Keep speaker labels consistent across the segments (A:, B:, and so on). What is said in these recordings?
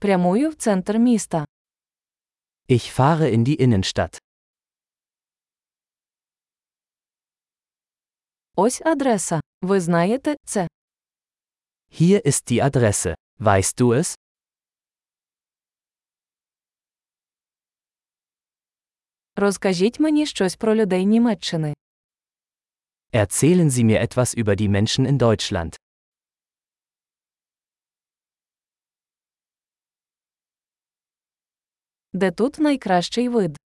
A: Прямую в центр міста.
B: Ich fahre in die Innenstadt.
A: Ось адреса. Ви знаєте це.
B: Hier ist die Adresse. Weißt du es?
A: Розкажіть мені щось про людей Німеччини.
B: Erzählen Sie mir etwas über die Menschen in Deutschland.
A: Де тут найкращий вид?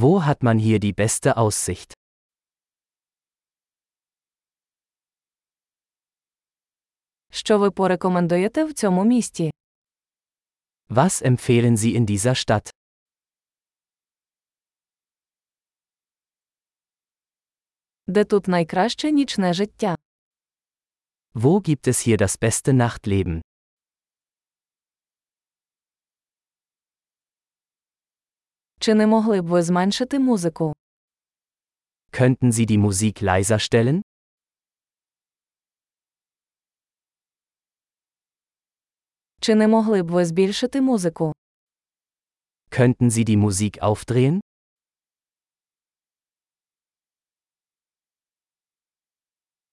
B: Wo hat man hier die beste Aussicht?
A: Що ви порекомендуєте в цьому місті?
B: Was empfehlen Sie in dieser Stadt?
A: Де тут найкраще нічне життя?
B: Wo gibt es hier das beste Nachtleben?
A: Чи не могли б ви зменшити музику?
B: Könnten Sie die Musik leiser stellen?
A: Чи не могли б ви збільшити музику?
B: Könnten Sie die Musik aufdrehen?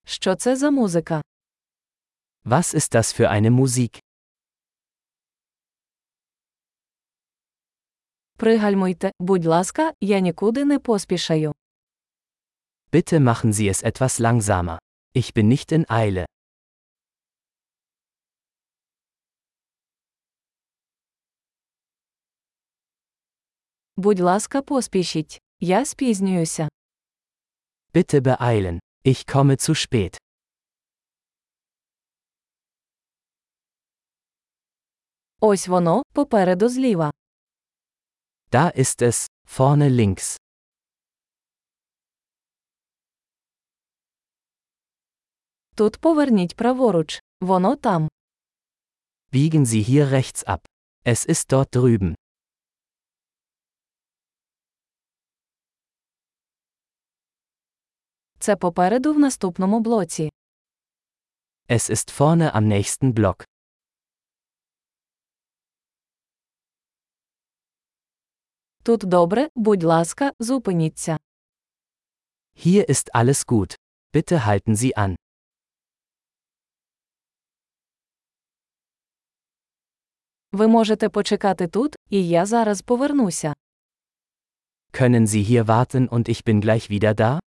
A: Що це за музика?
B: Was ist das für eine Musik?
A: Пригальмуйте, будь ласка, я нікуди не поспішаю.
B: Bitte machen Sie es etwas langsamer. Ich bin nicht in Eile.
A: Будь ласка, поспішіть. Я спізнююся.
B: Bitte beeilen. Ich komme zu spät.
A: Ось воно, попереду зліва.
B: Da ist es, vorne links.
A: Тут поверніть праворуч. Воно там.
B: Biegen Sie hier rechts ab. Es ist dort drüben.
A: Це попереду в наступному блоці.
B: Es ist vorne am nächsten Block.
A: Тут добре, будь ласка, зупиніться.
B: Hier ist alles gut. Bitte halten Sie an.
A: Ви можете почекати тут, і я зараз повернуся.
B: Können Sie hier warten und ich bin gleich wieder da?